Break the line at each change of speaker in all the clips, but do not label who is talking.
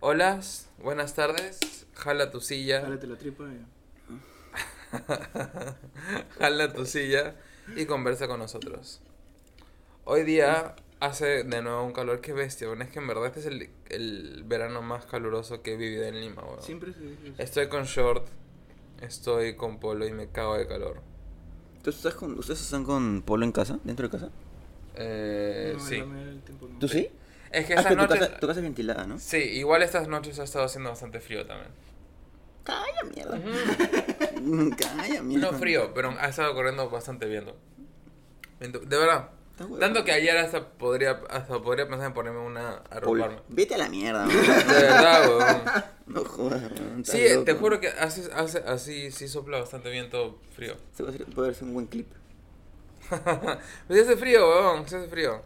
Hola, buenas tardes. Jala tu silla,
Jálate la tripa. eh.
jala tu silla y conversa con nosotros. Hoy día hace de nuevo un calor que bestia, bueno, es que en verdad este es el, el verano más caluroso que he vivido en Lima, weón.
Siempre se dice eso.
Estoy con short, estoy con polo y me cago de calor.
¿Tú estás con- ¿Ustedes están con Polo en casa? ¿Dentro de casa?
Eh,
No,
sí.
la mayoría del tiempo no.
¿Tú sí?
Es que
Ah,
esta
pero tu,
noche...
casa, tu casa es ventilada, ¿no?
Sí, igual estas noches ha estado haciendo bastante frío también.
Calla, mierda. Calla, mierda.
No frío, pero ha estado corriendo bastante viento. Viento- De verdad.
Está huevón.
Tanto que ayer hasta podría, hasta podría pensar en ponerme una a
Polo.
roparme.
Vete a la mierda, man.
De verdad, weón.
No jodas, man.
Sí, te juro que hace, hace, así sí sopla bastante viento frío.
Se va a hacer, puede hacer un buen clip.
Pero sí hace frío, weón, sí hace frío.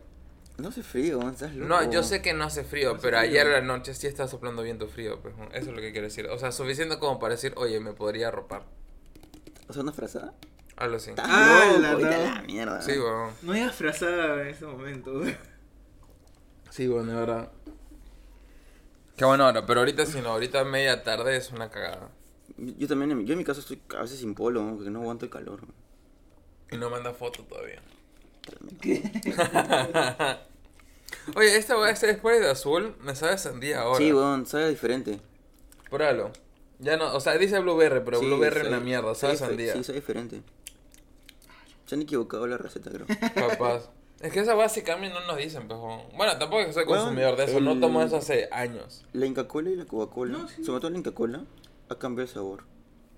No hace frío, man. Estás loco.
No, yo sé que no hace frío,
No hace
pero
frío.
ayer a la noche sí está soplando viento frío. pues, weón. eso es lo que quiero decir. O sea, suficiente como para decir, oye, me podría arropar.
¿O sea, una frazada?
Algo así.
Estás
Ah,
loco.
la
Vete
verdad.
a la mierda.
Sí, weón.
No hay frazada en ese momento. güey.
Sí, bueno, de verdad. Qué buena hora, pero ahorita si no, ahorita media tarde es una cagada.
Yo también, en mi- yo en mi casa estoy a veces sin polo, man, porque no aguanto el calor. man.
Y no manda foto todavía.
¿Qué?
Oye, esta weá este spray de azul me sabe a sandía ahora.
Sí, weón, sabe diferente.
Pruébalo. Ya no, o sea, dice blueberry, pero
Sí,
blueberry es
sabe-
una mierda, sabe a
sabe dife-
sandía.
Sí, sabe diferente. Se han equivocado la receta, creo.
Capaz. Es que esa weá si cambian no nos dicen, pues. weón. Bueno, tampoco es que soy
Weón,
consumidor de eso, no
el-
tomo eso hace años.
La Inca Cola y la Coca Cola,
No, sí.
sobre todo la Inca Cola, ha cambiado el sabor.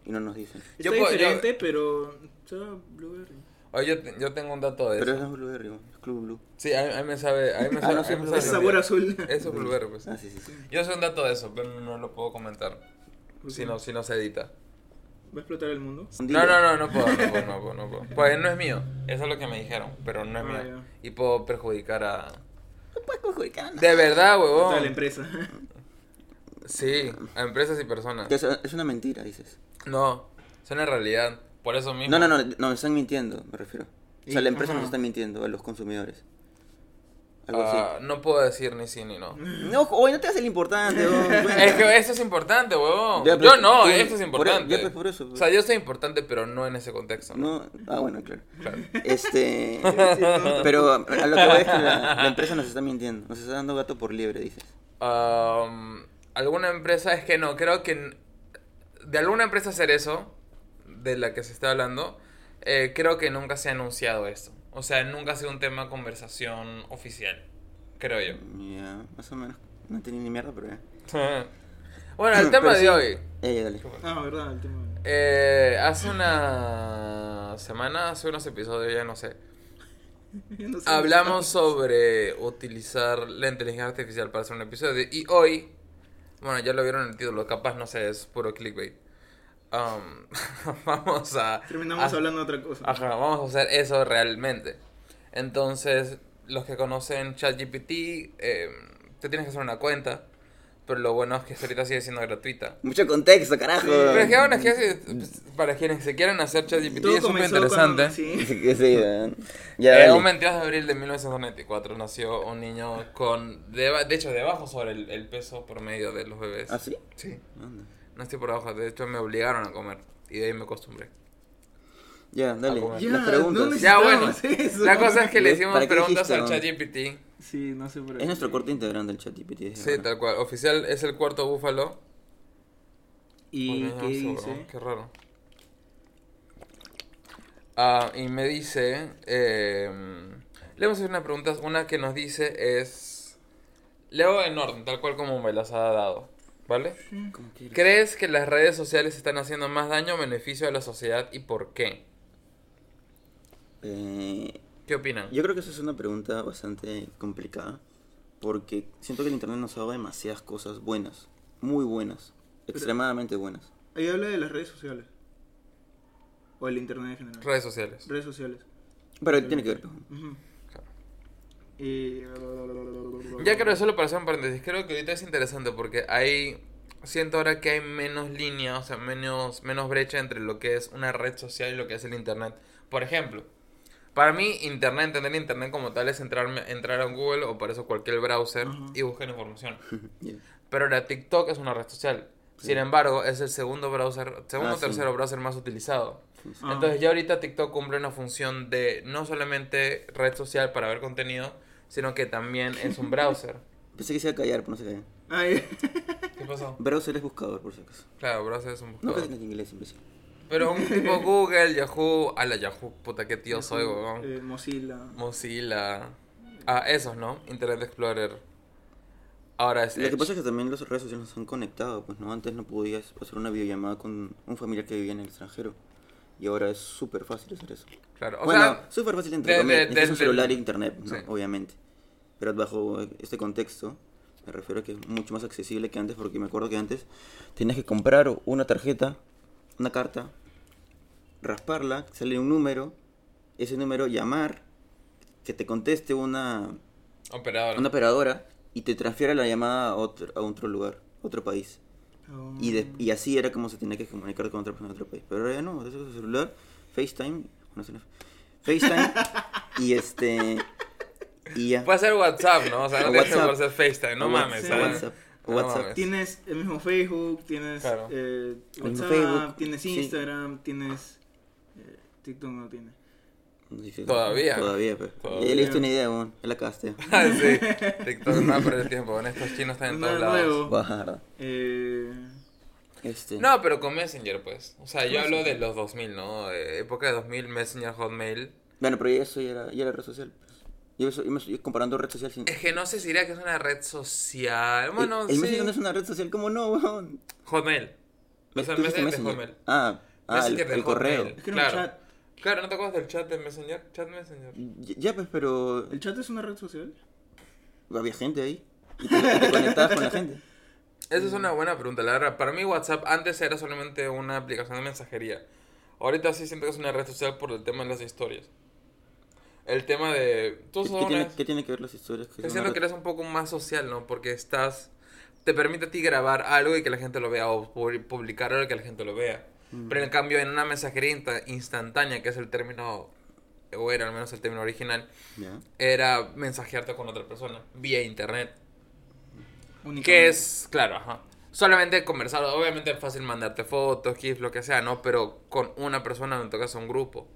Y no nos dicen.
Está
Yo puedo-
diferente, pero. sabe blueberry.
Oye, yo, te- yo tengo un dato de
Pero
eso.
es blueberry, weón, es Club Blue.
Sí, a mí, a mí me sabe. A mí me
Ah,
sabe.
no,
a
sí,
mí me
es
sabe
Ese
blueberry.
sabor
sandía.
azul.
Eso es blueberry, pues.
Ah, sí, sí, sí.
Yo sé un dato de eso, pero no lo puedo comentar.
Pues
Si no, si no se edita.
¿Va a explotar el mundo?
Un
No,
día.
no, no, no puedo, no puedo, no puedo, no puedo. Pues no es mío, eso es lo que me dijeron, pero no es
Ah,
mío.
ya.
Y puedo perjudicar a...
No puedes perjudicar a nadie.
De verdad,
Toda la
huevón.
empresa.
Sí, a empresas y personas.
Es, es una mentira, dices.
No, es una realidad, por eso mismo.
No, no, no, no, me están mintiendo, me refiero. O sea,
Y-
la empresa
ajá.
nos está mintiendo a los consumidores. Algo
Ah, no puedo decir ni sí ni no.
así. No, oye, no te hagas el importante, weón. cuenta.
Es que esto es importante, huevón.
Ya,
Yo
pero-
no,
tú-
esto es
por-
importante.
ya, pues, por eso,
O sea, yo soy importante, pero no en ese contexto. ¿no?
No, ah, bueno, claro.
Claro.
Este.
Sí, no.
Pero a a lo que voy es que la, la empresa nos está mintiendo. Nos está dando gato por liebre, dices.
Um, alguna empresa es que no, creo que n- de alguna empresa hacer eso, de la que se está hablando, eh, creo que nunca se ha anunciado esto. O sea, nunca ha sido un tema de conversación oficial, creo yo.
Ya, más o menos. No tenía ni mierda, pero ya.
bueno, el tema
Pero
de
sí.
hoy.
Ya, ya, dale.
Ah, verdad, el tema.
Eh, hace una semana, hace unos episodios, ya no sé.
No sé.
Hablamos sobre utilizar la inteligencia artificial para hacer un episodio. Y hoy, bueno, ya lo vieron en el título, capaz no sé, es puro clickbait. Am, vamos a.
Terminamos
a-
hablando de otra cosa.
Ajá, vamos a hacer eso realmente. Entonces, los que conocen ChatGPT, eh, te tienes que hacer una cuenta. Pero lo bueno es que ahorita sigue siendo gratuita.
Mucho contexto, carajo.
Pero es que bueno, es que hace- para quienes se quieran hacer ChatGPT
mm, Todo
es súper
comenzó
interesante.
cuando- sí.
Sí, que sí, weón.
Eh,
Ya, dale.
un 22 de abril de 1994 nació un niño con, deba- de hecho, debajo sobre el, el peso promedio de los bebés.
¿Ah, sí?
Sí,
Anda.
nací por abajo, de hecho me obligaron a comer y de ahí me acostumbré.
Ya, dale.
Algo más.
Ya,
Las preguntas.
¿dónde
Ya bueno,
Necesitamos eso.
la cosa es que le
¿Ves?
hicimos
¿Para qué
preguntas al ChatGPT.
dijiste,
Sí, no sé por
Es nuestro corte integral del chat, GPT.
Sí, tal cual, oficial es el cuarto búfalo.
¿Y
Porque
qué
no sé,
dice?
weón, Qué raro. Ah, y me dice. em, le vamos a hacer unas preguntas. Una que nos dice es. Leo en orden, tal cual como me las ha dado. ¿Vale? ¿Crees que las redes sociales están haciendo más daño o beneficio a la sociedad y por qué?
Eh,
¿Qué opinan?
yo creo que eso es una pregunta bastante complicada. Porque siento que el internet nos ha dado demasiadas cosas buenas. Muy buenas. Extremadamente buenas.
Ahí habla de las redes sociales. O el internet en general.
Redes sociales.
Redes sociales.
Pero tiene que ver. pues. ¿no?
Ujú.
Claro.
Y...
Ya creo, solo para hacer un paréntesis, creo que ahorita es interesante porque hay, siento ahora que hay menos línea, o sea, menos, menos brecha entre lo que es una red social y lo que es el Internet. Por ejemplo, para mí Internet, entender Internet como tal es entrarme, entrar a un Google o para eso cualquier browser
Ajá.
y buscar información.
Ya.
Pero ahora TikTok es una red social. Sin embargo, es el segundo browser, segundo
Ah,
o
sí.
tercero browser más utilizado.
Ah.
Entonces ya ahorita TikTok cumple una función de no solamente red social para ver contenido, sino que también es un browser.
Pensé que se iba a callar, pero no se calla.
Ay,
¿Qué pasó?
Browser es buscador, por si acaso.
Claro, browser es un
No pues, que
buscador.
tengas inglés, imbécil.
Pero un tipo Google, Yahoo, a la Yahoo, puta que tío soy, weón.
eh, Mozilla.
Mozilla. Ah, esos, ¿no? Internet Explorer. Ahora es
Lo que
Edge.
pasa es que también las redes sociales nos han conectado, pues no, antes no podías hacer una videollamada con un familiar que vivía en el extranjero. Y ahora es súper fácil hacer eso.
Claro, o
bueno,
sea,
súper fácil entre
de-
comillas,
de-
necesitas un
de- de-
celular e internet, ¿no?
sí.
obviamente. Pero bajo este contexto, me refiero a que es mucho más accesible que antes, porque me acuerdo que antes tenías que comprar una tarjeta, una carta, rasparla, salir un número, ese número llamar, que te conteste una
operador.
una operadora y te transfiere la llamada a otro, a otro lugar, a otro país.
Oh.
Y, de- y así era como se tenía que comunicar con otra persona de otro país. Pero ahora ya no, desde su celular, FaceTime, no sé, no, FaceTime y este y ya.
Puede ser WhatsApp, ¿no? O sea, no
O
tienes que
WhatsApp.
hacer FaceTime, no
O
mames.
WhatsApp,
¿sabes? Ah,
WhatsApp, o
No
WhatsApp.
mames.
Tienes el mismo Facebook, tienes
Claro.
eh,
El mismo
WhatsApp,
Facebook,
tienes
sí.
Instagram, tienes eh, TikTok no tiene.
Todavía.
Todavía, pero.
Todavía.
Ya le diste una idea, weón. Ya la cagaste.
Ah, sí. TikTok no va a perder tiempo. Con estos chinos están en
Nada
todos lados.
nuevo.
Guarda.
Eh,
Este.
No, pero con Messenger, pues. O sea, yo hablo de los 2000, ¿no? Eh, época de 2000, Messenger, Hotmail.
Bueno, pero ya eso ya era, ya era red social. pues. Yo, eso- yo me estoy comparando red social sin.
Es que no sé si diría que es una red social. Bueno,
el, el
sí.
Messenger no es una red social, ¿cómo no, weón?
Hotmail. O sea,
¿Tú
Messenger de
dijiste Messenger?
Hotmail.
Ah, ah, el,
Messenger de
el correo.
Hotmail.
es que era un
Claro.
chat.
Claro, ¿no te acuerdas del chat de Messenger? Chat Messenger.
Y- Ya, pues, pero
¿El chat es una red social?
había gente ahí. Y te, y te conectabas con la gente.
Esa es una buena pregunta, la verdad. Para mí WhatsApp antes era solamente una aplicación de mensajería. Ahorita sí siento que es una red social por el tema de las historias. El tema de... Tú
¿Qué,
usas
qué
una
tiene,
vez-
qué tiene que ver las historias?
Yo
Que son
siento
pues, una
que
red-
eres un poco más social, ¿no? Porque estás... Te permite a ti grabar algo y que la gente lo vea o pu- publicar algo y que la gente lo vea. Pero en cambio en una mensajería insta- instantánea, que es el término, o era al menos el término original,
Ya.
era mensajearte con otra persona vía internet.
Únicamente.
Que es, claro, ajá. Solamente conversar, obviamente es fácil mandarte fotos, gifs, lo que sea, ¿no? Pero con una persona, en tu caso un grupo.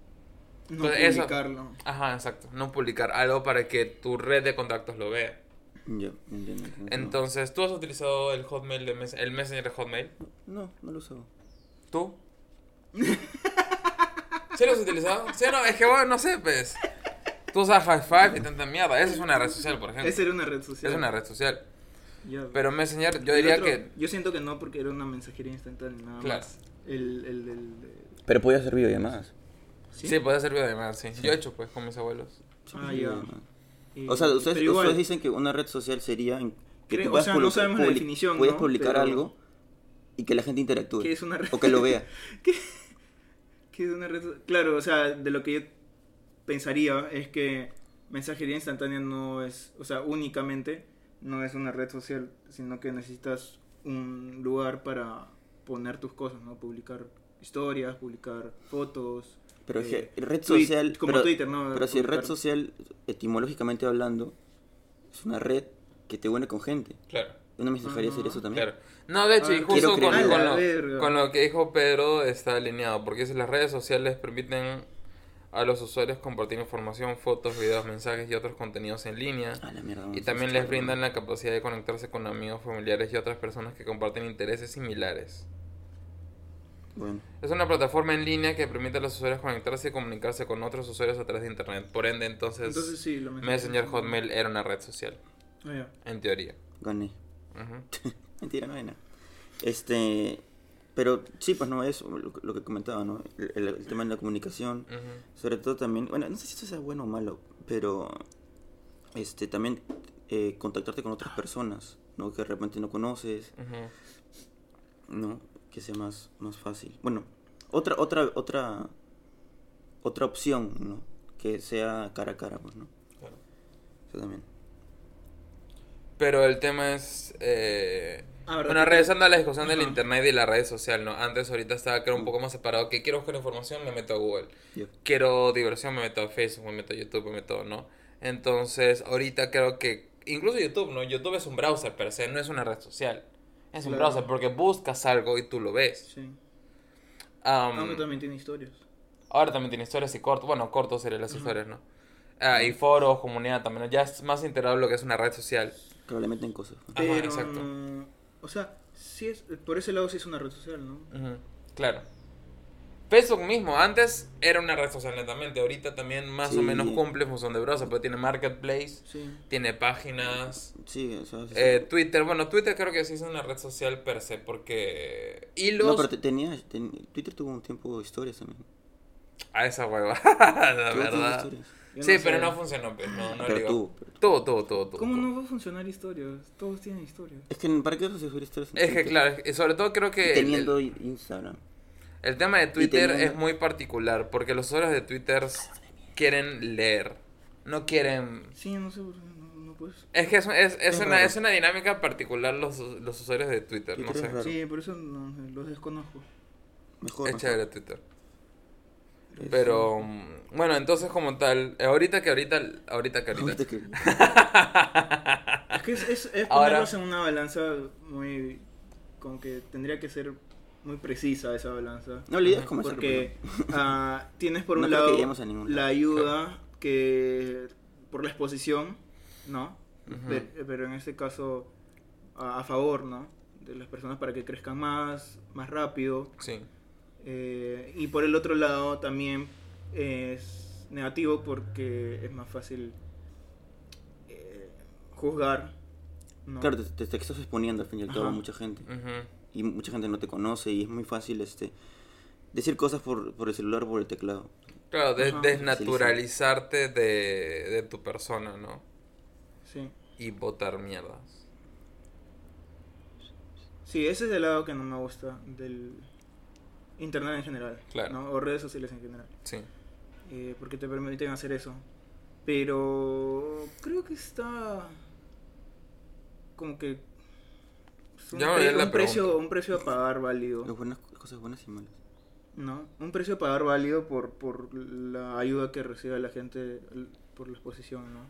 No
Pues eso.
publicarlo.
Ajá, exacto. No publicar algo para que tu red de contactos lo vea.
Ya, entiendo. entiendo.
Entonces, ¿tú has utilizado el Hotmail, de mes- el Messenger de Hotmail?
No, no lo usaba.
¿Tú? ¿Sí lo has utilizado? Sí, no, es que bueno, no sé, pues. Tú usas High Five y tanta mierda. Esa es una red social, por ejemplo.
Esa era una red social.
Es una red social.
Ya.
Pero Messenger, yo
El
diría
otro,
que...
Yo siento que no, porque era una mensajería instantánea, nada
Claro.
más. El, el, el, de-
Pero podía hacer videollamadas.
Sí, puede servir de más, sí. Yo he hecho, pues, con mis abuelos.
Ah,
Sí,
ya.
videollamadas.
Y-
O sea, ustedes,
Eh, pero igual,
ustedes dicen que una red social sería en que
Creo-
tú
o
puedas
sea, no
public-
sabemos la
public-
definición,
puedes
¿no?
publicar
Pero-
algo y que la gente interactúe.
¿Qué es una red?
O que lo vea.
que es una red so- Claro, o sea, de lo que yo pensaría es que mensajería instantánea no es, o sea, únicamente no es una red social, sino que necesitas un lugar para poner tus cosas, ¿no? Publicar historias, publicar fotos.
Pero es
eh,
que red
tweet-
social.
como
pero,
Twitter, ¿no?
Pero si red
Publicar-
social, etimológicamente hablando, es una red que te une con gente.
Claro.
Una mensajería
Ajá.
sería eso también.
Claro. No, de hecho, y
Ah,
justo con,
quiero creer.
con
A la verga.
lo, con lo que dijo Pedro está alineado, porque dice, las redes sociales permiten a los usuarios compartir información, fotos, videos, mensajes y otros contenidos en línea.
A la mierda.
Y
vamos a
también
estar-
les brindan la capacidad de conectarse con amigos, familiares y otras personas que comparten intereses similares.
Bueno.
Es una plataforma en línea que permite a los usuarios conectarse y comunicarse con otros usuarios a través de Internet. Por ende, entonces,
Entonces sí, lo
Messenger Hotmail era una red social,
Ah, ya.
en teoría.
Gané.
Ujú.
Mentira, no hay nada. Este. Pero sí, pues no es lo, que- lo que comentaba, ¿no? El, el- el tema de la comunicación.
Ujú.
Sobre todo también. Bueno, no sé si esto sea bueno o malo, pero. Este, también eh, contactarte con otras personas, ¿no? Que de repente no conoces,
Ujú.
¿no? Que sea más, más fácil. Bueno, otra, otra, otra. Otra opción, ¿no? Que sea cara a cara, pues, ¿no?
Claro.
Eso también.
Pero el tema es. Eh...
Ah, ¿verdad?
Bueno, regresando a la discusión del
Ajá.
internet y la red social, ¿no? Antes, ahorita estaba que era un poco más separado. Que quiero buscar información, me meto a Google.
Ya.
Quiero diversión, me meto a Facebook, me meto a YouTube, me meto, ¿no? Entonces, ahorita creo que incluso YouTube, ¿no? YouTube es un browser per se, no es una red social. Es un browser porque buscas algo y tú lo ves.
Sí.
Am,
Aunque también tiene historias.
ahora también tiene historias y cortos. Bueno, cortos serían las historias, ¿no? Ah, y foros, comunidad también. Ya es más integrable lo que es una red social.
Probablemente en cosas. pues.
Ajá,
Pero,
exacto.
no- o sea, sí es, por ese lado sí es una red social, ¿no?
Ujú, Claro. Facebook mismo, antes era una red social netamente, ahorita también más o
Sí.
menos cumple función de browser, pero tiene marketplace,
Sí.
tiene páginas,
Sí, o sea, sí.
eh, Twitter, bueno, Twitter creo que sí es una red social per se, porque hilos
No, pero te- tenía, ten- Twitter tuvo un tiempo historias también.
a esa hueva, la
Tuvo tiempo
verdad.
historias.
Yo
sí,
no
pero
sé.
no funcionó, pues, no, no
Pero
ligó.
tú, pero tú.
Todo, todo, todo, todo.
¿Cómo
todo.
no va a funcionar historias? Todos tienen historias.
Es que en- ¿para qué vas a subir historias? en
Es que
Twitter?
claro, y sobre todo creo
Y
que el- el,
teniendo Instagram.
el tema de Twitter
teniendo-
es muy particular, porque los usuarios de Twitter quieren leer, no quieren
Sí, no sé, por qué no, no puedes.
Es que es, es, es
Es
una,
raro.
es una dinámica particular los, los usuarios de Twitter, no
Twitter es
sé.
raro. Claro.
Sí, por eso no, sé, los desconozco.
Mejor.
Es
mejor.
chévere Twitter.
Es-
Pero mm, bueno, entonces como tal, eh, ahorita que ahorita, ahorita que ahorita.
Ahorita que- Ah.
Es que es, es, es
Ahora-
ponerlos en una balanza muy. Como que tendría que ser muy precisa esa balanza.
No, la idea es como hacerlo,
Porque ah, tienes por
No
un
creo que
lado
lleguemos a ningún
la
lado.
ayuda que por la exposición, ¿no?
Ujú.
Pe- pero, en este caso a, a favor, ¿no? De las personas para que crezcan más, más rápido.
Sí.
Eh, y por el otro lado también es negativo porque es más fácil eh, juzgar. ¿no?
Claro, te, te estás exponiendo al fin y al cabo a
Ajá.
mucha gente.
Ujú.
Y mucha gente no te conoce y es muy fácil este decir cosas por, por el celular o por el teclado.
Claro, de-
Ajá.
desnaturalizarte de, de tu persona, ¿no?
Sí.
Y botar mierdas.
Sí, ese es el lado que no me gusta del internet en general,
Claro.
¿no? o redes sociales en general,
Sí.
eh, porque te permiten hacer eso. Pero creo que está como que es un,
Ya me olvidé
pre-
la
un precio
pregunta.
un precio a pagar
Las
válido,
buenas, cosas buenas y malas.
¿no? Un precio a pagar válido por por la ayuda que recibe la gente l- por la exposición, ¿no?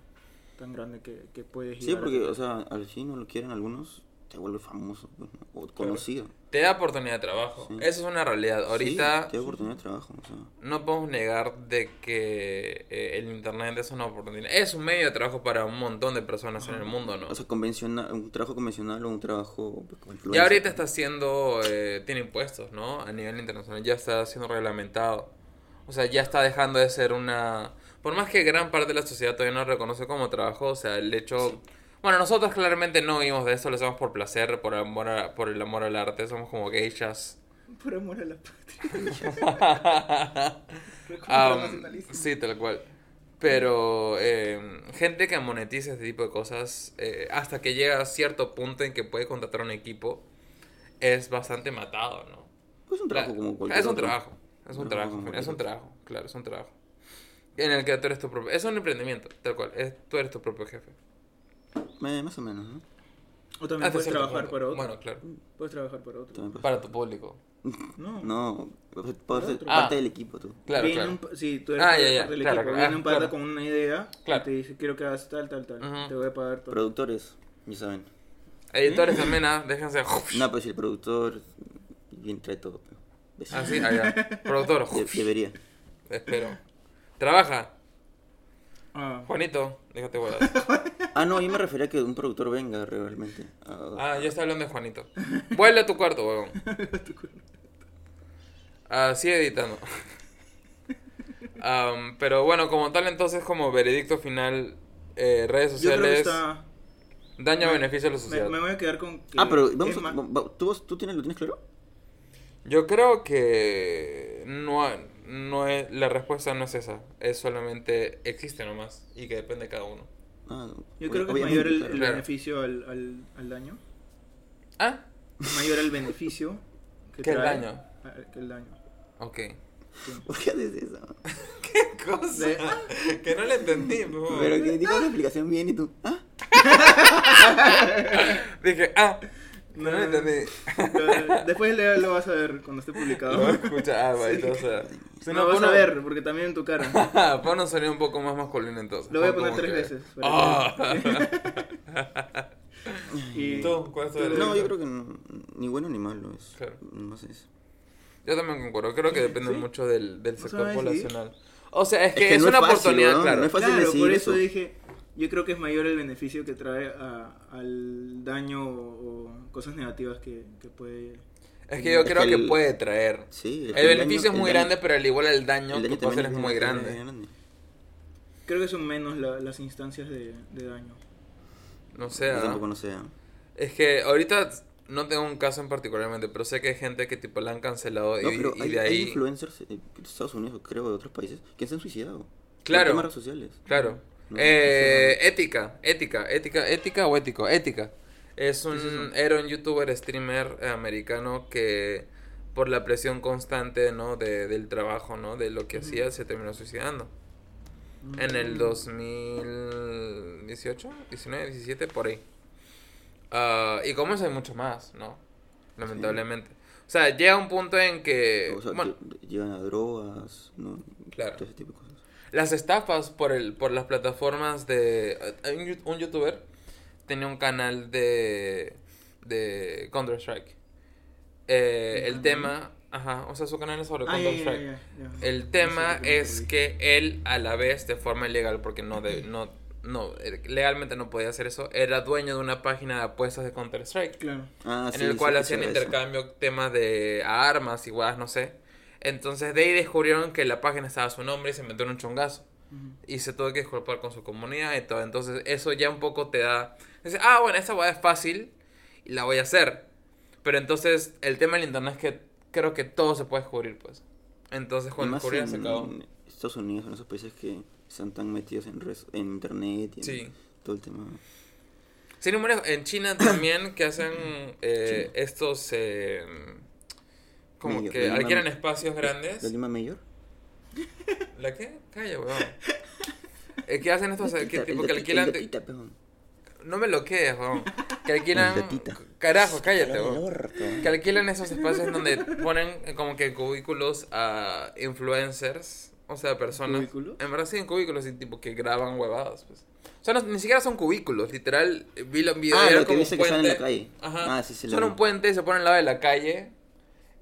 Tan grande que, que puedes
Sí,
llegar a
porque,
tener.
o sea, al fin no lo quieren algunos, te vuelve famoso pues, ¿no? o conocido.
Te da oportunidad de trabajo.
Sí.
Eso es una realidad. Ahorita
Sí, te da oportunidad de trabajo. O sea,
no podemos negar de que eh, el internet es una oportunidad. Es un medio de trabajo para un montón de personas en el mundo, ¿no?
o sea, convencional, un trabajo convencional o un trabajo. pues, como
Ya
influencer.
ahorita está siendo, eh, tiene impuestos, ¿no? A nivel internacional ya está siendo reglamentado. O sea, ya está dejando de ser una... Por más que gran parte de la sociedad todavía no reconoce como trabajo, o sea, el hecho... Bueno, nosotros claramente no vivimos de eso, lo hacemos por placer, por, amor a- por el amor al arte, somos como geishas.
por amor a la patria.
Ah,
Recontra nacionalista.
sí, tal cual. Pero eh, gente que monetiza este tipo de cosas, eh, hasta que llega a cierto punto en que puede contratar un equipo, es bastante matado, ¿no?
Pues es un trabajo
Claro,
como cualquier
Ah, Es un
otro.
trabajo, es un
No,
trabajo,
como
es un
cualquier
trabajo, claro, es un trabajo. En el que tú eres tu propio... Es un emprendimiento, tal cual, es- tú eres tu propio jefe.
Me- Eh, más o menos, ¿no?
O también
Hasta
puedes
cierto
trabajar
punto.
para otro.
Bueno, claro,
Puedes trabajar para otro.
También, pues.
para tu público.
No.
No, pues, puedes ser
otro.
Ah.
parte del equipo tú.
Claro,
Viene
claro.
un pa- sí, tú eres
Ah,
parte
ya, ya,
parte del
claro,
equipo.
claro.
Viene un pata
Claro.
con una idea
Claro.
y te dice, quiero que hagas tal, tal, tal.
Ujú.
Te voy a pagar todo.
Productores, ya saben.
Editores también, ah, déjense...
No, pues el productor. Y entre todo. pues.
Así, allá. Productor,
De- debería.
espero. Trabaja,
Ah.
Juanito, déjate huevas.
Ah, no, yo me refería a que un productor venga realmente. Ah,
Ah, yo estaba hablando de Juanito. Vuelve a tu cuarto, huevón. Ah, sigue editando. Am, pero bueno, como tal, entonces, como veredicto final, eh, redes
Yo creo que
sociales,
está...
daño o
me-
beneficio a la
Me,
sociedad.
me voy a quedar con que...
Ah, pero vamos
es
a-
más-
va- va- ¿tú, vas- tú tienes, lo tienes claro?
Yo creo que no, ha- no es, la respuesta no es esa. Es solamente existe nomás y que depende de cada uno.
Ah,
Yo creo que es
obviamente,
mayor el,
claro.
el
Claro.
beneficio al, al, al daño.
Ah,
Es mayor el beneficio
Que el
trae
daño.
a- que el daño.
ok.
¿Por qué haces eso?
Cosa
De-
que no le entendí, huevón.
Pero que dijo la explicación bien y tú. Ah,
Dije, ah, no le entendí.
Pero eh, Después le- lo vas a ver cuando esté
Lo
publicado.
escucha, ah, va, entonces. Si
No, vas
pon
a
un-
ver, porque también en tu cara.
Pon un sonido un poco más masculino entonces.
Lo voy a
Pon
poner
como
tres
que-
veces. para que-
Ah.
Y
¿Tú? ¿Cuál es tu
tú-
derecho?
No, yo creo que no- ni bueno ni malo es.
Claro.
No sé eso.
Yo también concuerdo, creo que depende
¿Sí?
mucho del, del sector
sabes, sí.
poblacional. O sea, es que es,
que no
una
es fácil,
oportunidad,
¿no?
claro.
No es fácil
Claro,
decir
por eso,
Ah, eso.
dije, yo creo que es mayor el beneficio que trae a- al daño o, o cosas negativas que, que puede...
Es que yo
Es que
creo que
el-
puede traer.
Sí,
El,
daño-
beneficio es
el
muy
daño-
grande, pero al igual el daño,
el daño
que puede
también
hacer es muy grande.
Creo que son menos la- las instancias de, de daño.
No sé.
Yo
¿ah?
tampoco no sé. ¿ah?
Es que ahorita no tengo un caso en particularmente, pero sé que hay gente que tipo la han cancelado y,
No, pero
y
hay,
de
hay
ahí.
influencers de Estados Unidos, creo, de otros países, que se han suicidado.
Claro.
Por temas sociales.
Claro.
No,
Eh, ética, ética, ética, ética o ético, ética. Es un, era un youtuber, streamer eh, americano que por la presión constante, ¿no? De, del trabajo, ¿no? De lo que hacía, se terminó suicidando.
Mm.
En el 2018, 19, 17, por ahí. Ah, y como eso hay mucho más, ¿no? Lamentablemente. O sea, llega un punto en que...
Eh, O sea,
Eh, bueno,
lle- llegan a drogas, ¿no?
Claro.
Todo ese tipo de cosas.
Las estafas por el por las plataformas de... hay Un, yu- un youtuber tenía un canal de, de Counter-Strike. Eh, el tema... Ajá, o sea, su canal es sobre
Ah, ya, ya,
Counter-Strike.
ya, ya.
El tema
Eso lo
es
perdí.
que él a la vez de forma ilegal, porque no, de, no, no, eh, legalmente no podía hacer eso, era dueño de una página de apuestas de Counter-Strike,
Claro.
Ah,
en
sí,
el
sí,
cual
sí,
hacían
sí,
intercambio temas de armas y guadas, no sé. Entonces de ahí descubrieron que la página estaba a su nombre y se metió en un chongazo.
Ujú.
Y se tuvo que disculpar con su comunidad y todo. Entonces eso ya un poco te da... Dices, ah, bueno, esta guada es fácil y la voy a hacer. Pero entonces el tema del internet es que creo que todo se puede descubrir, pues. Entonces
Y
cuando
más
descubrieron
en,
se acabó.
en Estados Unidos, en esos países que están tan metidos en, res- en internet y en
Sí.
todo el tema.
Sin embargo, en China también que hacen eh, estos eh, como
Medio,
que
la lima-
alquilan espacios
¿La
grandes.
Lima Mayor?
¿La qué? Calla, weón. Eh, que hacen estos eh, que
Tita,
tipo
el
que
tati-
alquilan
el tatita, pejón.
no me lo quedes, weón. Que
El
alquilan
tatita.
carajo, cállate,
Cara del
weón.
orto.
Que alquilan esos espacios en donde ponen eh, como que cubículos a influencers, o sea, personas.
¿Cubículos?
En verdad sí, en cubículos y tipo que graban huevadas, pues. O sea, no- ni siquiera son cubículos, literal, eh, vi los videos
Ah,
era
lo que
como
dice
un
que sale en la
puente.
calle.
Ajá.
Ah, sí, sí, lo
Son
vi.
un puente, se ponen al lado de la calle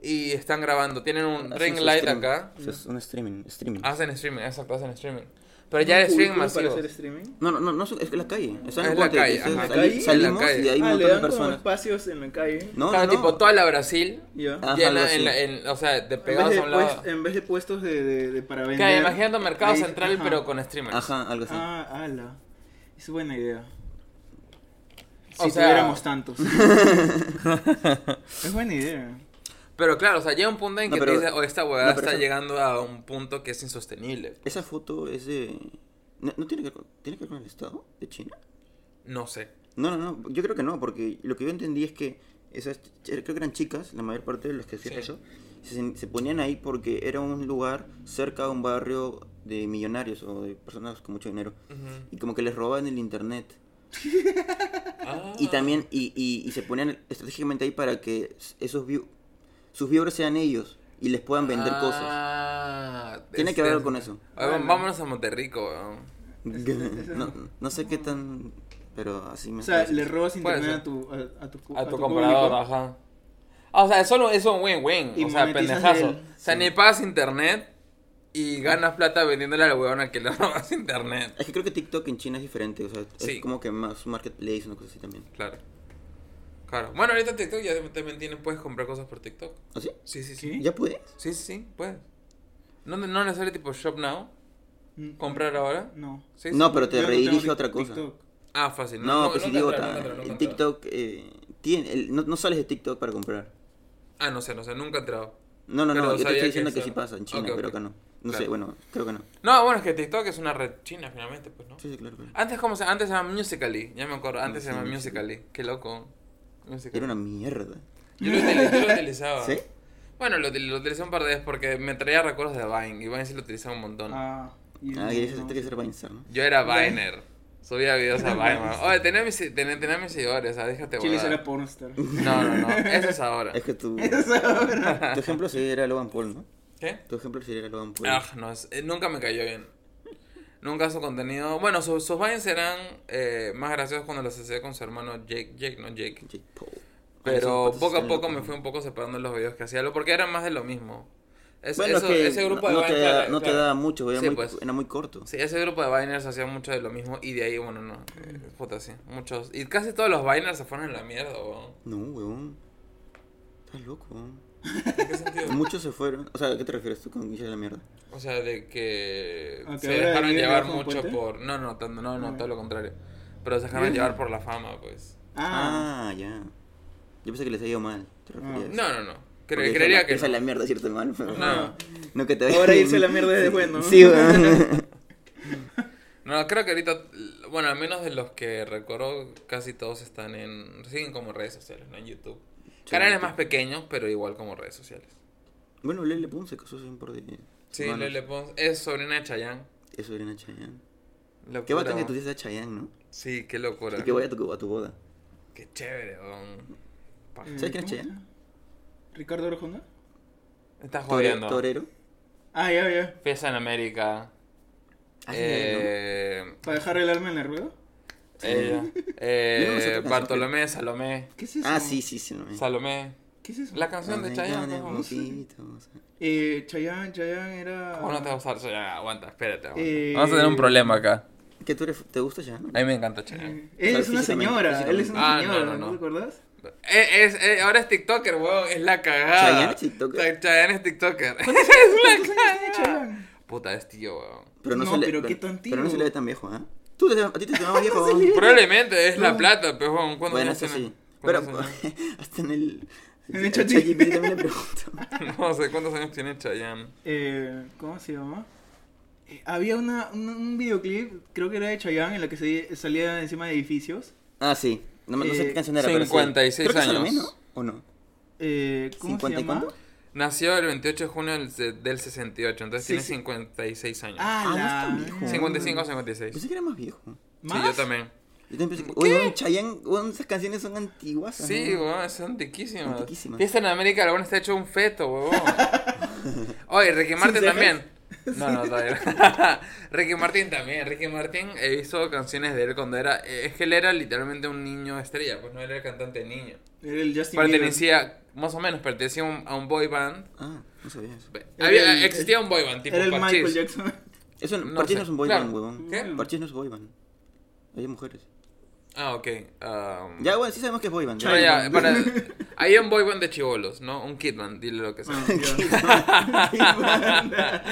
y están grabando. Tienen un
Hacen
ring
su
light
stream.
acá. Ah,
O sea, es un streaming, streaming.
Hacen streaming, exacto, hacen streaming. Pero ya es
¿Un
streaming
cubículo para
masivo.
hacer streaming?
No, no, no, no, es que la calle. Está
Es
en el
la
puente,
calle,
entonces
ajá.
sali-
¿Ahí? En la
Salimos
calle.
y hay
ah,
un
le
montón de
dan como
personas.
espacios en la calle.
No,
Claro,
no,
tipo
no.
toda la Brasil
Ya.
Ah, Ajá, algo
llena
así.
en, la- en- o sea, de
en, vez
pegados
de
a un lado.
pues- en vez de puestos de, de, de para vender.
Claro, imagínate Mercado
ahí-
Central
ajá.
pero con streamers.
Ajá, algo así.
Ah, ala. Es buena idea.
O
Si
sea-
tuviéramos tantos. es buena idea.
Pero claro, o sea, llega un punto en
No,
que
pero-
te dices, o esta huevada
no, pero
está
eso-
llegando a un punto que es insostenible.
Esa foto es de... ¿No, no tiene, que, ver con- tiene que ver con el Estado de China?
No sé.
No, no, no, yo creo que no, porque lo que yo entendí es que esas, ch- creo que eran chicas, la mayor parte de las que hacían
Sí.
eso, se, se ponían ahí porque era un lugar cerca a un barrio de millonarios o de personas con mucho dinero,
Ujú.
y como que les robaban el internet.
Ah.
Y también, y, y, y se ponían estratégicamente ahí para que s- esos view- sus viewers sean ellos y les puedan vender cosas.
Ah,
Tiene que
es-
ver con eso.
A ver,
Bueno.
Vámonos a Monterrico, weón.
es- es-
No, no sé qué tan... Pero así me
O sea,
parece.
le robas
Puede
internet
ser.
a tu, a, a tu, cu-
A tu,
público.
comprador, ajá. Ah, o sea, eso no- es un win-win.
Y
O sea,
monetizas
pendejazo.
el-
O sea, ni pagas internet y ganas plata vendiéndole a la huevona que le robas internet.
Es que creo que TikTok en China es diferente, o sea,
Sí.
es como que más un marketplace, una cosa así también.
Claro. Claro. Bueno, ahorita TikTok ya también tiene, puedes comprar cosas por TikTok.
¿Ah, sí?
Sí, sí,
sí.
¿Ya puedes?
Sí, sí, sí, puedes. No, no necesario tipo Shop Now,
Mm,
comprar ahora.
No.
Sí, sí.
No, pero te
Yo no
redirige
tengo
a otra cosa.
TikTok.
Ah, fácil.
No, pues si digo,
entra,
ta-
entra,
en
entra.
TikTok eh, tiene, el- no, no sales de TikTok para comprar.
Ah, no sé, no sé, nunca he entrado.
No, no,
Pero
no, yo te
sabía que
estoy diciendo que,
eso-
sí pasa en China,
Ok, ok.
pero acá no. No
Claro.
sé, bueno, creo que no.
No, bueno, es que TikTok es una red china finalmente, pues, ¿no?
Sí, sí, claro, claro.
Antes como se, antes se llamaba Musical.ly, ya me acuerdo, antes se
Sí,
llamaba
Musical.ly.
Musical.ly, qué loco. Musical.ly.
Era una mierda.
Yo lo, utili- yo lo utilizaba.
¿Sí?
Bueno, lo, util- lo utilicé un par de veces porque me traía recuerdos de Vine y Vine sí lo utilizaba un montón.
Ah, y
Ah,
no,
y ese-
no.
este que ser Vinestar, ¿no?
Yo era
Vine.
Viner. Subía videos a Vine. man. Oye, tenía mis, tenía, tenía mis seguidores, o sea, déjate
Chile
huevada.
será pornstar.
No, no, no, eso es ahora.
Es que tu,
Eso ahora.
tu ejemplo sí era Logan Paul, ¿no?
¿Qué?
Tu ejemplo sí era Logan Paul.
Ah, no, es- eh, nunca me cayó bien. Nunca su contenido. Bueno, sus, sus vines serán eh, más graciosos cuando los hacía con su hermano Jake. Jake, no Jake.
Jake Paul.
Pero
Esos patas
poco a
están
poco
locos,
me
¿no?
fui un poco separando los videos que hacía, lo- porque eran más de lo mismo. Es-
Bueno,
eso-
es que
ese grupo
no,
de
no te
Vine-
da,
claro,
no te
claro.
da mucho, era,
Sí,
muy,
pues.
era muy corto.
Sí, ese grupo de Biners hacía mucho de lo mismo y de ahí, bueno, no. eh, Puta, sí, muchos. Y casi todos los Biners se fueron a la mierda, weón.
No, weón. Estás loco, weón.
¿En qué sentido?
Muchos se fueron. O sea, ¿a qué te refieres tú con hinchas de la mierda?
O sea, de que
Ah,
Ok,
se
ahora
dejaron
vive
llevar
bajo un
mucho
puente.
por... No, no, tanto, no, no,
Ah.
todo lo contrario. Pero se dejaron
Bien.
llevar por la fama, pues.
Ah,
Ah, ya. Yo pensé que les ha ido mal. ¿Te referías?
No, no, no. Cre-
Porque dije,
creería
"No,
que...
irse a
no.
la mierda, es cierto, hermano. Pero
No.
no que te vaya
ahora
bien.
irse a la mierda es de bueno.
Sí, weón.
No, creo que ahorita, bueno, al menos de los que recuerdo, casi todos están en, siguen como redes sociales, ¿no? En YouTube.
Sí,
Canales
YouTube.
más pequeños, pero igual como redes sociales.
bueno, Lele Pons se casó hace un par de.
Sí,
semanas.
Lele Pons es sobrina de Chayanne.
Eso era una Chayanne.
Locura,
Qué bacán que
weón.
tú dices a Chayanne, ¿no?
Sí, qué locura.
Y que vaya a tu, a tu boda.
Qué chévere, weón. Pa-
Eh,
¿Sabes quién es
¿cómo se
Chayanne?
llama? ¿Ricardo Arjona?
Estás
Tore-
jodiendo.
Torero.
Ah, ya, ya.
Fiesta en América.
Ah, sí,
eh,
¿Para dejar el alma en el ruedo?
ella,
Yo no sé
eh,
otra canción
Bartolomé, Salomé.
¿Qué es eso?
Ah, sí, sí, sí. No, me-
Salomé.
¿Qué es eso?
La canción de
Ay,
Chayanne. por favor.
bonitos.
Eh, Chayanne, Chayanne era...
¿Cómo no te va a usar Chayanne? Aguanta, espérate. aguanta.
Eh,
Vamos a tener un problema acá.
¿Qué tú eres? ¿Te gusta Chayanne?
A mí me encanta Chayanne.
Eh, Él es una
Físicamente,
señora, él es una
físicamente. Ah,
señora,
no, no,
¿no
no.
te acuerdas?
Eh, es, eh, ahora es TikToker, weón. Es la cagada.
¿Chayanne es TikToker?
Cha- Chayanne es TikToker.
¿Cuántos años tiene Chayanne?
Puta, es tío, weón.
Pero no,
No,
se le,
pero qué tan
Pero no se
tío.
le ve tan viejo, ¿ah? Tú te, a ti te llamabas viejo.
No se
¿no?
le-
Probablemente es la plata, pero weón. ¿Cuándo
Bueno,
años
eso
tiene?
sí. Pero
¿Cuántos años?
hasta en el.
En el
a
ChatGPT.
ChatGPT también le pregunto.
No sé, ¿cuántos años tiene Chayanne?
Eh, ¿Cómo se llama? Eh, había una, un, un videoclip, creo que era de Chayanne, en la que se salía encima de edificios.
Ah, sí. No, me- no sé
Eh,
qué canción era, pero sí.
56
Creo que
años.
Salomé, ¿no? ¿O no?
Eh, ¿Cómo se
¿Cincuenta y
llama?
cuánto?
Nació el 28 de junio del, se- del 68, entonces
Sí,
tiene
sí.
56 años.
Ah,
Ah, no
la...
es tan viejo.
55 o 56.
Pensé que era más viejo.
Sí, yo también.
Yo también pensé que. Oye, weón, Chayanne, weón, esas canciones son antiguas.
Sí,
¿no?
weón, son antiquísimas.
Antiquísimas.
Fiesta en América, el weón está hecho un feto, weón. Oye, Ricky Martin
cejas?
también. No, no, todavía. no. Ricky Martin también. Ricky Martin, he visto canciones de él cuando era. eh, Es que él era literalmente un niño estrella, pues no él era el cantante niño.
Era el Justin Bieber.
Pertenecía, más o menos, pertenecía a un- a un boy band.
Ah, no sabía eso.
Era
Había-
el-
existía un boy band, tipo
Era el
Parchís.
Michael Jackson. Ah,
Eso no,
No
Parchís
sé,
no es un boy
claro.
band, huevón.
¿Qué?
Parchís no es boy band. Hay mujeres.
Ah, ok. um,
Ya, bueno, sí sabemos que es boy band.
Pero ya, para, hay un boy band de chivolos, ¿no? Un kidman, dile lo que sea.
Ah, ya. Qué banda.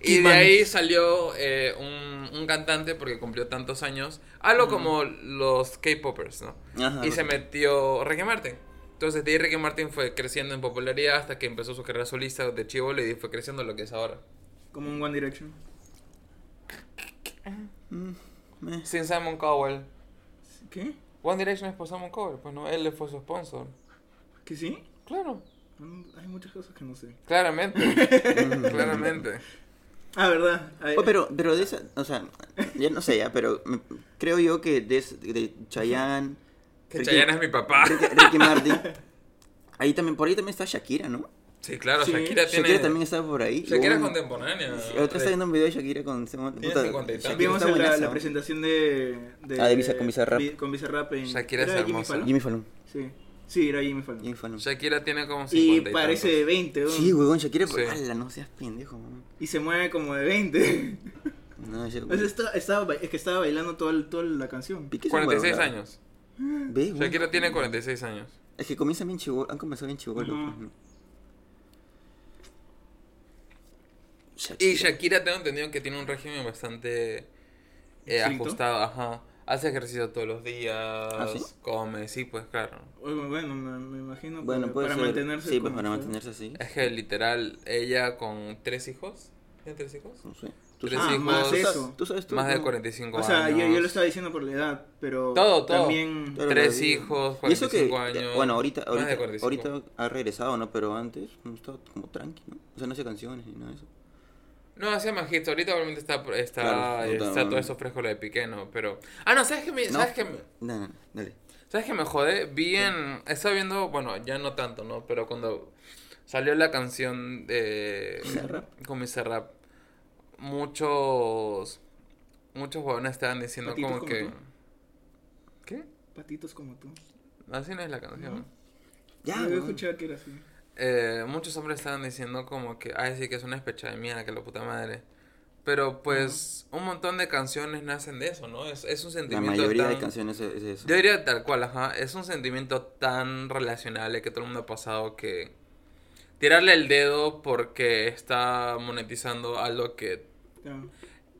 y de ahí salió eh, un, un cantante porque cumplió tantos años, algo como los K-popers, ¿no?
Ajá,
y se
ok.
metió Ricky Martin. Entonces de ahí Ricky Martin fue creciendo en popularidad hasta que empezó su carrera solista de chivolo y fue creciendo lo que es ahora.
Como un One Direction.
Mm, meh.
Sin Simon Cowell.
¿Qué?
One Direction es por Simon Cowell, pues no, él le fue su sponsor.
¿Que sí?
Claro,
Mm, Hay muchas cosas que no sé.
claramente, claramente.
Ah, ¿verdad? Ay,
Oye, Oh, pero, pero de esa, o sea, ya no sé ya, pero me- creo yo que de, es- de Chayanne,
Que
Ricky-
Chayanne es mi papá.
Ricky, Ricky Martin, ahí también, por ahí también está Shakira, ¿no?
Sí, claro,
Sí.
Shakira tiene.
Shakira también está por ahí.
Shakira es
Bueno,
contemporánea. eh.
El otro está viendo un video de Shakira con... Tiene
Tiene 50 y tantos.
Vimos
está
la- la,
buenaza, ¿no?
presentación de, de...
Ah, de Visa- con Bizarrap.
Vi- Con Bizarrap en...
Shakira es
¿Era Jimmy
hermosa.
Fallon?
Jimmy Fallon,
Sí. Sí, era Jimmy Fallon.
Jimmy Fallon.
Shakira tiene como 50
Y
y tantos.
parece de 20, ¿no?
Sí, huevón, Shakira, por...
Sí.
ala, no seas pendejo, man.
Y se mueve como de 20.
No, yo...
O sea, está- estaba ba- es que estaba bailando toda, el- toda la canción.
Piqué es un
46
huevón,
años.
¿verdad? Ve, huevón.
Shakira tiene 46 años.
Es que comienzan bien chivo, han comenzado bien chivo,
Ajá.
Y Shakira tengo entendido que tiene un régimen bastante eh,
¿Estricto? ¿Ah,
ajustado, ajá. Hace ejercicio todos los días,
sí?
come, sí, pues claro.
Bueno, bueno, me, me imagino
Bueno,
para,
puede
para
ser.
mantenerse.
Sí, pues
como
para
fue.
mantenerse así.
Es que literal, ella con tres hijos, ¿tiene tres hijos?
No sé.
Tres
Ah,
hijos,
más eso.
Tú sabes tú.
más de
¿no?
45
O sea,
años.
yo, yo lo estaba diciendo por la edad, pero
Todo, todo.
también
Claro,
Tres
pero-
hijos,
Y eso que,
45 años.
bueno, ahorita,
más de
ahorita,
45.
ahorita ha regresado, ¿no? Pero antes no estaba como tranqui, ¿no? O sea, no hacía canciones ni nada de eso.
No, hacía majito. Ahorita obviamente está, está,
Claro,
está
puta,
todo
man.
eso fresco lo de Piqué, ¿no? Pero... Ah, no, ¿sabes qué me...?
No.
¿Sabes qué me...?
No, no, no, dale.
¿Sabes qué me jode? Vi en... Estaba viendo, bueno, ya no tanto, ¿no? Pero cuando salió la canción de...
Bizarrap.
Con Bizarrap. muchos muchos huevones estaban diciendo
Patitos
como,
como
que
tú.
¿Qué?
Patitos como tú.
Así no es la canción.
No.
Ya,
Yo
weón.
escuchaba que era así.
Eh, muchos hombres estaban diciendo como que, ay, sí, que es una especha de mierda, que la puta madre. Pero pues un montón de canciones nacen de eso, ¿no? Es, es un
La
sentimiento
mayoría de
tan-
canciones es es eso.
Yo diría tal cual, ajá. Es un sentimiento tan relacionable que todo el mundo ha pasado que tirarle el dedo porque está monetizando algo que
Ya.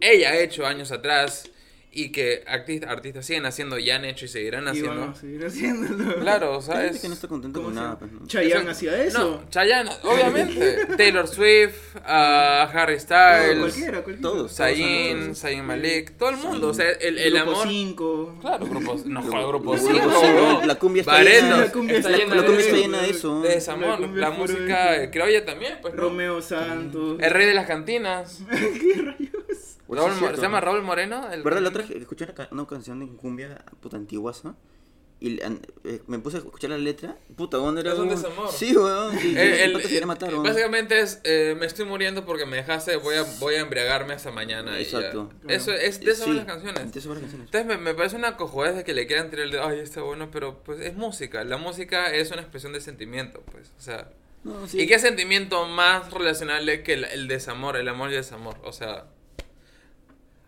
ella ha hecho años atrás y que artistas, artistas siguen haciendo y han hecho y seguirán
Y
haciendo.
van a seguir haciéndolo.
Claro, o
Hay
sea,
gente
es...
que no está contento
¿Cómo
con
se
nada,
llama?
pues, ¿no?
Chayanne hacía eso.
No, Chayanne, obviamente. Taylor Swift, ah, Harry
Todo,
Styles,
cualquiera, cualquiera.
Todos.
Zayn,
todos.
Zayn Malik, todo el mundo. O sea, el, el
Grupo
amor...
cinco. Ah,
Claro, grupo... pues, No,
Grupo-
joder, grupo
Grupo
5,
cinco, la cumbia está llena.
La cumbia
está
está-
llena
La
de
cumbia está
eso.
llena de eso.
de desamor,
La cumbia
la
pura
música
de-
eh, criolla también, pues. ¿no?
Romeo Santos.
El rey de las cantinas.
¿Qué rayos?
Pues
Raúl
es
Mo-
cierto,
se llama
¿no?
Raúl Moreno. El
¿Verdad? La otra vez escuché una, ca- una canción de cumbia puta antiguasa. Y le- an- eh, me puse a escuchar la letra. Puta, ¿dónde era?
Es un
weón?
desamor.
Sí, weón. Y,
El-
y- y
el-
el pato se quería matar,
eh,
weón.
básicamente es eh, me estoy muriendo porque me dejaste voy a voy a embriagarme hasta mañana y ya.
Exacto. Eh,
eso es de esas
Sí,
son las canciones
De esas son las canciones.
entonces me, me parece una cojudez de que le quieran tirar el dedo ay está bueno pero pues es música la música es una expresión de sentimiento pues o sea
No, sí.
y qué sentimiento más relacionable que el, el desamor el amor y el desamor o sea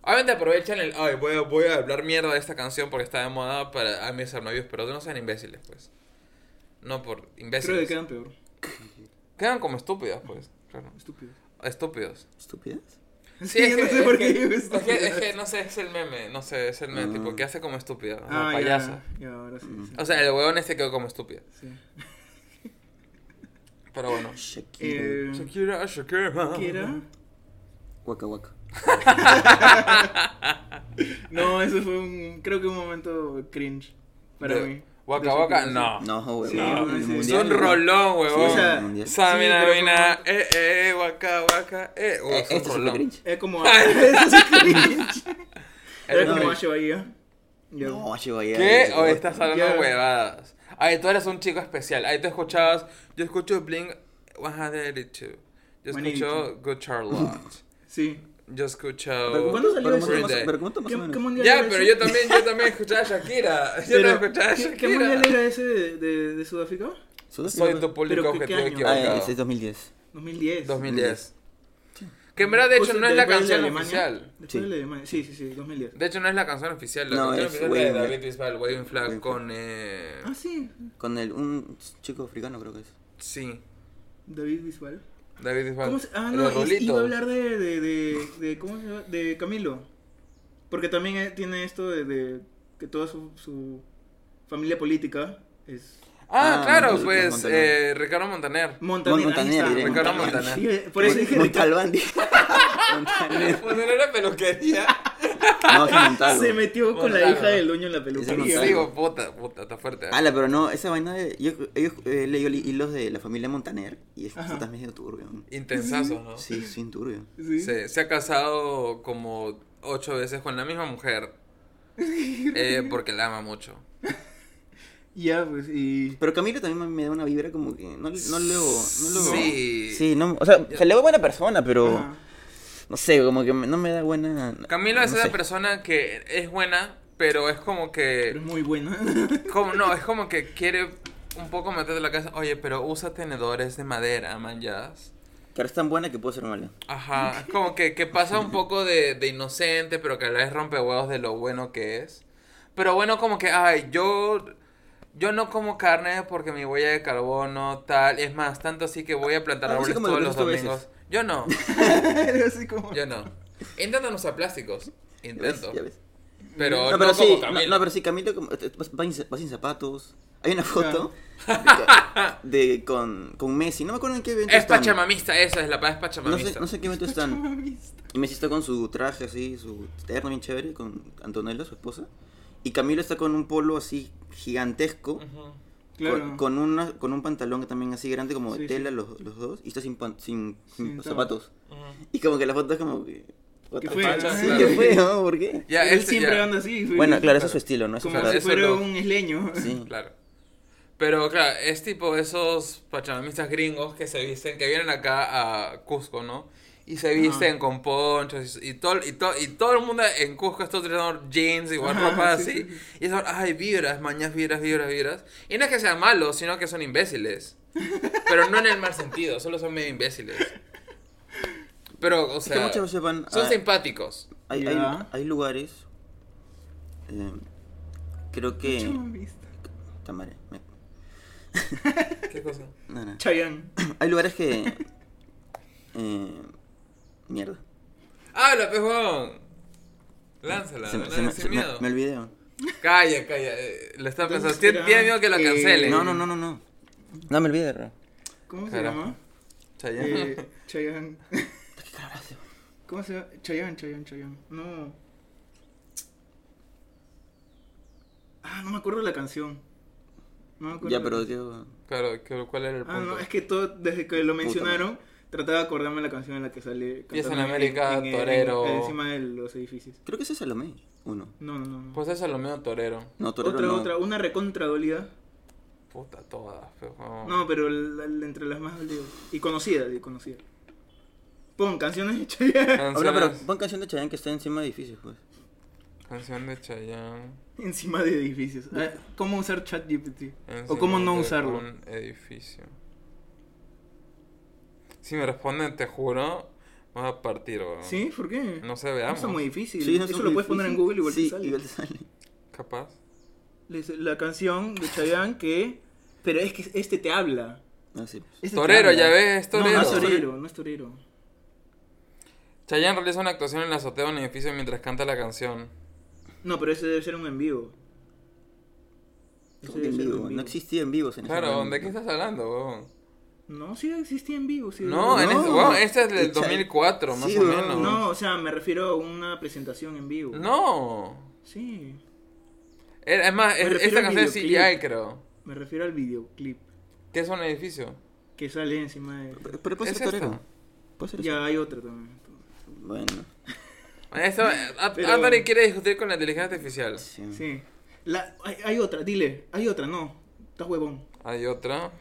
obviamente aprovechan el ay voy a, voy a hablar mierda de esta canción porque está de moda para a mis novios pero no sean imbéciles pues no por
Creo que
imbéciles
quedan peor.
Quedan como estúpidos, pues. Claro.
Estúpido.
Estúpidos.
¿Estupidez?
Sí, yo no sé por qué digo
es que, es que,
estúpido.
no sé, es el meme, no sé, es el meme,
Ah.
tipo, que hace como estúpido, como
Ah,
payaso.
ya. Ya, ahora sí. sí.
O sea, el huevón este quedó como estúpido.
Sí.
Pero bueno.
Shakira.
Eh,
Shakira, Shakira.
¿Qué era?
Waka Waka.
No, eso fue un. Creo que un momento cringe. Para
De-
mí.
Waka
De
Waka,
Shakira,
no.
No, weón.
Sí,
no, Eh,
no,
en el
sí.
Es
mundial,
un
weón.
Ah. rolón,
Sí,
huevón.
o sea,
mundial.
Samina,
Sí, pero
mina, eh, eh, Waka Waka, eh. Oh,
Eh,
es un
Esto es lo
rolón.
cringe.
Es como. Eso sí es cringe.
Era
Era como
cringe.
Ache Bahía. Ya.
No, llevo ahí.
¿Qué? ¿O estás hablando
Ya.
huevadas? Ay, tú eres un chico especial. Ay, tú escuchabas. Yo escucho Blink 182. Yo escucho
182.
Good Charlotte.
Sí.
Yo escucho.
Pero
¿Cuándo salió
pero
eso?
más-
Green Day.
Pero ¿cuánto más
¿Qué,
o
qué
menos?
mundial
Ya,
era
pero
ese?
yo también, yo también escuchaba Shakira. Yo
Pero,
también escuchaba
¿qué, ¿Qué mundial
Shakira.
era ese de, de, de Sudáfrica?
Sudáfrica,
Soy
weón.
tu público
Pero, ¿qué- qué
objetivo
año?
Ah, eh,
equivocado.
ese es 2010.
2010.
2010. Que en verdad, de hecho,
Justo
no es la
después de
canción
Alemania.
oficial.
Después
Sí.
de Alemania. Sí, sí, sí, 2010.
De hecho, no es la canción oficial. La
No,
canción
es
oficial es la de
Waving
David
Flag.
Bisbal, Waving Flag,
Waving Flag.
con. Eh...
Ah, sí.
Con el, un chico africano creo que es.
Sí,
David Bisbal.
David Bisbal.
¿Cómo se- Ah,
El
no,
de
es- iba
Rolitos.
a hablar de, de, de, de- ¿cómo se llama? De Camilo. Porque también eh, tiene esto de, de que toda su, su familia política es
Ah,
Ah,
claro,
Montaner,
pues
Montaner.
eh, Ricardo Montaner.
Montaner.
Mon- Montaner,
ahí está,
diré,
Ricardo Montaner.
Sí, eh, Por eso
Mon-
dije Ricardo.
Montalbán. dije. Montaner.
Montaner Pues, era peluquería.
No, es Montalvo.
Se metió con
Montalvo.
la hija del dueño en la peluquería.
Montalvo.
Sí, oh, puta, puta, está fuerte. ¿eh?
Ala, pero no, esa vaina de. Yo, yo eh, leí li- hilos de la familia Montaner y es
Ajá. Oh.
está medio turbio. ¿no?
¿eh? Intensazo, ¿no?
Sí, sí, turbio.
Sí.
Se, se ha casado como ocho veces con la misma mujer. eh, porque la ama mucho.
Ya, pues, y...
Pero Camilo también me da una vibra como que. No, no lo. No lo
Sí.
Sí, no, o sea, se le ve buena persona, pero.
Ajá.
No sé, como que me- no me da buena.
Camilo
no
es esa
sé.
persona que es buena, pero es como
Pero
que.
es muy buena.
Como, no, es como que quiere un poco meterte la casa. Oye, pero usa tenedores de madera, man, ya.
Que ahora es tan buena que puede ser mala.
Ajá, es como que, que pasa un poco de, de inocente, pero que a la vez rompe huevos de lo bueno que es. Pero bueno, como que, ay, yo, yo no como carne porque mi huella de carbono, tal. Es más, tanto así que voy a plantar
Ah, no sé
árboles
cómo lo
todos los
plantas tú a
domingos. Yo no,
Era así como...
yo no. Intento no usar plásticos,
¿Ya ves?
intento.
¿Ya ves?
Pero no,
No, pero
como
sí, no,
Camilo.
no, pero sí, Camilo como- te- vas- va, sin- va sin zapatos. Hay una foto de, de- con, con Messi, no me acuerdo en qué evento
Es
están.
pachamamista, esa es la paz
No
pachamamista.
sé, no sé en qué evento están. Y Messi está con su traje así, su terno bien chévere, con Antonella, su esposa. Y Camilo está con un polo así gigantesco,
Ujú.
Claro.
con, con una, con un pantalón también así grande como de
Sí, sí.
tela los, los dos, y está sin, pan- sin, sin
Sin
zapatos.
Ujú.
Y como que la foto es como que... what
¿Qué
the
fue? ah,
fuck?
Pacha,
Sí,
claro.
¿Qué fue? no? ¿Por qué?
Ya,
él
este,
siempre
ya.
anda así. güey.
Bueno, claro, ese es su estilo, ¿no? Eso
Como
es
si
Claro,
verdad.
eso
fuera
no.
un isleño.
Sí.
Claro. Pero claro, es tipo esos pachamamistas gringos que se visten, que vienen acá a Cusco, ¿no? y se visten con ponchos y, y todo, y, todo, y todo el mundo en Cusco está utilizando jeans y ropa
sí,
así. Y son, ay, vibras, mañas, vibras, vibras, vibras. Y no es que sean malos, sino que son imbéciles. Pero no en el mal sentido, solo son medio imbéciles. Pero, o
Es que Ah.
sea,
muchas veces van.
son
a-
simpáticos.
hay, hay,
Ya.
hay lugares. eh, creo que.
Mucho me han visto.
Puta madre, me-
¿Qué cosa?
no, no.
Chayanne.
Hay lugares que. eh, mierda.
¡Habla, pejón! Lánzala,
Se me-
no,
se me-
sin
se me-
miedo.
me olvidé.
Calla, calla. eh, Lo está
Entonces,
pensando. Tien-
era-
Tiene miedo que lo
eh,
cancelen.
No, no, no, no, no. No me olvidé, bro.
¿Cómo se
Carajo.
llama?
Chayanne.
Eh, Chayanne.
¿Qué cara hace?
¿Cómo se llama? Chayanne, Chayanne, Chayanne. No. Ah, no me acuerdo la canción. No me acuerdo.
Ya,
la
pero
canción.
tío.
Claro, ¿cu- ¿cuál era el punto?
Ah, no, es que todo, desde que lo mencionaron, trataba de acordarme la canción en la que sale.
Fiesta en
cantando
América, Torero.
encima de los edificios.
Creo que ese es Salomé. Uno.
No, no, no. no.
Pues eso es lo mío torero.
No, Torero
otra,
no.
otra, una recontra dolida.
Puta todas, pejón.
No, pero la- la- entre las más dolidas. Y conocida, y conocida. Pon canciones de Chayanne
Habla, pero
Canciones-
pon canción de Chayanne que está encima de edificios, pues.
Canción de Chayanne.
encima de edificios. Ah, ¿Cómo usar ChatGPT? ¿O
encima
cómo no
de
usarlo?
Un edificio. Si me responden, te juro, me vas a partir, weón.
¿Sí? ¿Por qué?
No sé,
No
veamos.
está muy difícil.
Sí, no
Eso
son
lo puedes poner en Google
difíciles.
igual
sí,
te sale.
igual te sale.
Capaz.
Les- La canción de Chayanne que... Pero es que este te habla.
No, sí. pues.
Este te
Torero,
habla.
ya ves,
No,
torero.
No, es torero, no es torero.
Chayanne realiza una actuación en la azotea de un edificio mientras canta la canción.
No, pero ese debe ser un en vivo. Ese
¿Cómo
debe
que en
ser un
vivo? No existía en vivos en ese
Claro,
momento.
¿de qué estás hablando, weón?
No, sí existía en vivo. Sí,
No, en
No.
este, weón, este es del
Echa-
2004, más
Sí,
o
weón,
menos.
No, o sea, me refiero a una presentación en vivo.
No.
Sí,
Era- Es más,
Me
es-
refiero
esta
al
canción es
videoclip.
CGI, creo.
me refiero al videoclip
¿Qué es un edificio?
que sale encima de...
Pero- Pero puede
¿Es
ser torero.
esta?
Puede ser
Ya hay otra también.
eso. Bueno.
Eso, a-
Pero-
Anthony quiere discutir con la inteligencia artificial.
Sí.
Sí. La, hay, hay otra, dile. Hay otra, no. Estás huevón.
Hay otra.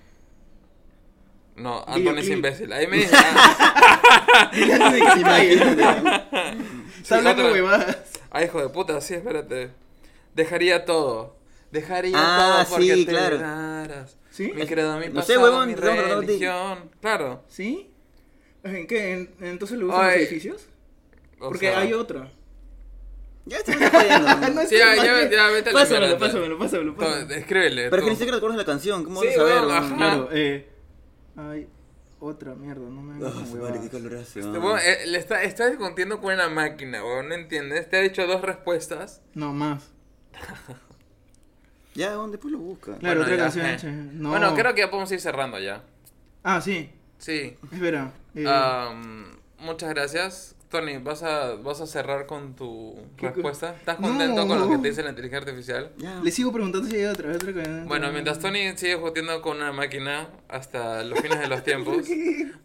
No, Anthony es
Videoclip.
imbécil. Ahí me dice. Ah,
Imagínate.
Está hablando
otra.
huevadas.
ah, hijo de puta, sí, espérate. Dejaría todo. Dejaría
Ah,
todo porque
sí,
te
claro.
daras.
¿Sí?
Mi credo, mi
No sé,
pasado,
huevón,
mi
estamos hablando de ti.
religión. Claro.
¿Sí? ¿En qué? ¿En- ¿Entonces lo usan
Ay,
los edificios?
o
Porque
sea,
hay otra.
Ya estamos jodiendo.
Sí, ya, ya, ya, vete a la
pásamelo,
mierda.
pásamelo, pásamelo,
to-
pásamelo.
Escríbele.
Pero es
tú.
que ni siquiera te acuerdas la canción. ¿Cómo
Sí,
vas a saber?
weón,
weón?
ajá.
Claro, eh. Hay otra mierda, no me
Ah,
hagas con
su madre,
huevadas.
qué colorazo.
Este, weón, eh, le está, está discutiendo con una máquina, weón. No entiendes. Te ha dicho dos respuestas.
No más.
Ya, weón, después lo busca.
Claro, otra
ya,
canción,
eh.
che, no.
Bueno, creo que ya podemos ir cerrando ya.
Ah, sí.
Sí.
Espera. eh,
Ah. Am, muchas gracias. Tony, ¿vas a, ¿vas a cerrar con tu
¿Qué co-
respuesta? ¿Estás
No.
contento con lo que te dice la inteligencia artificial?
Ya.
Le sigo preguntando si hay otra, otra canción.
Bueno, mientras Tony sigue jugando con una máquina hasta los fines de los tiempos.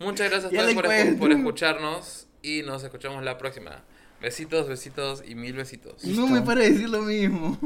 Muchas gracias
Ya
Tony
la
por,
encuentro.
por escucharnos y nos escuchamos la próxima. Besitos, besitos y mil besitos.
No me para de decir lo mismo.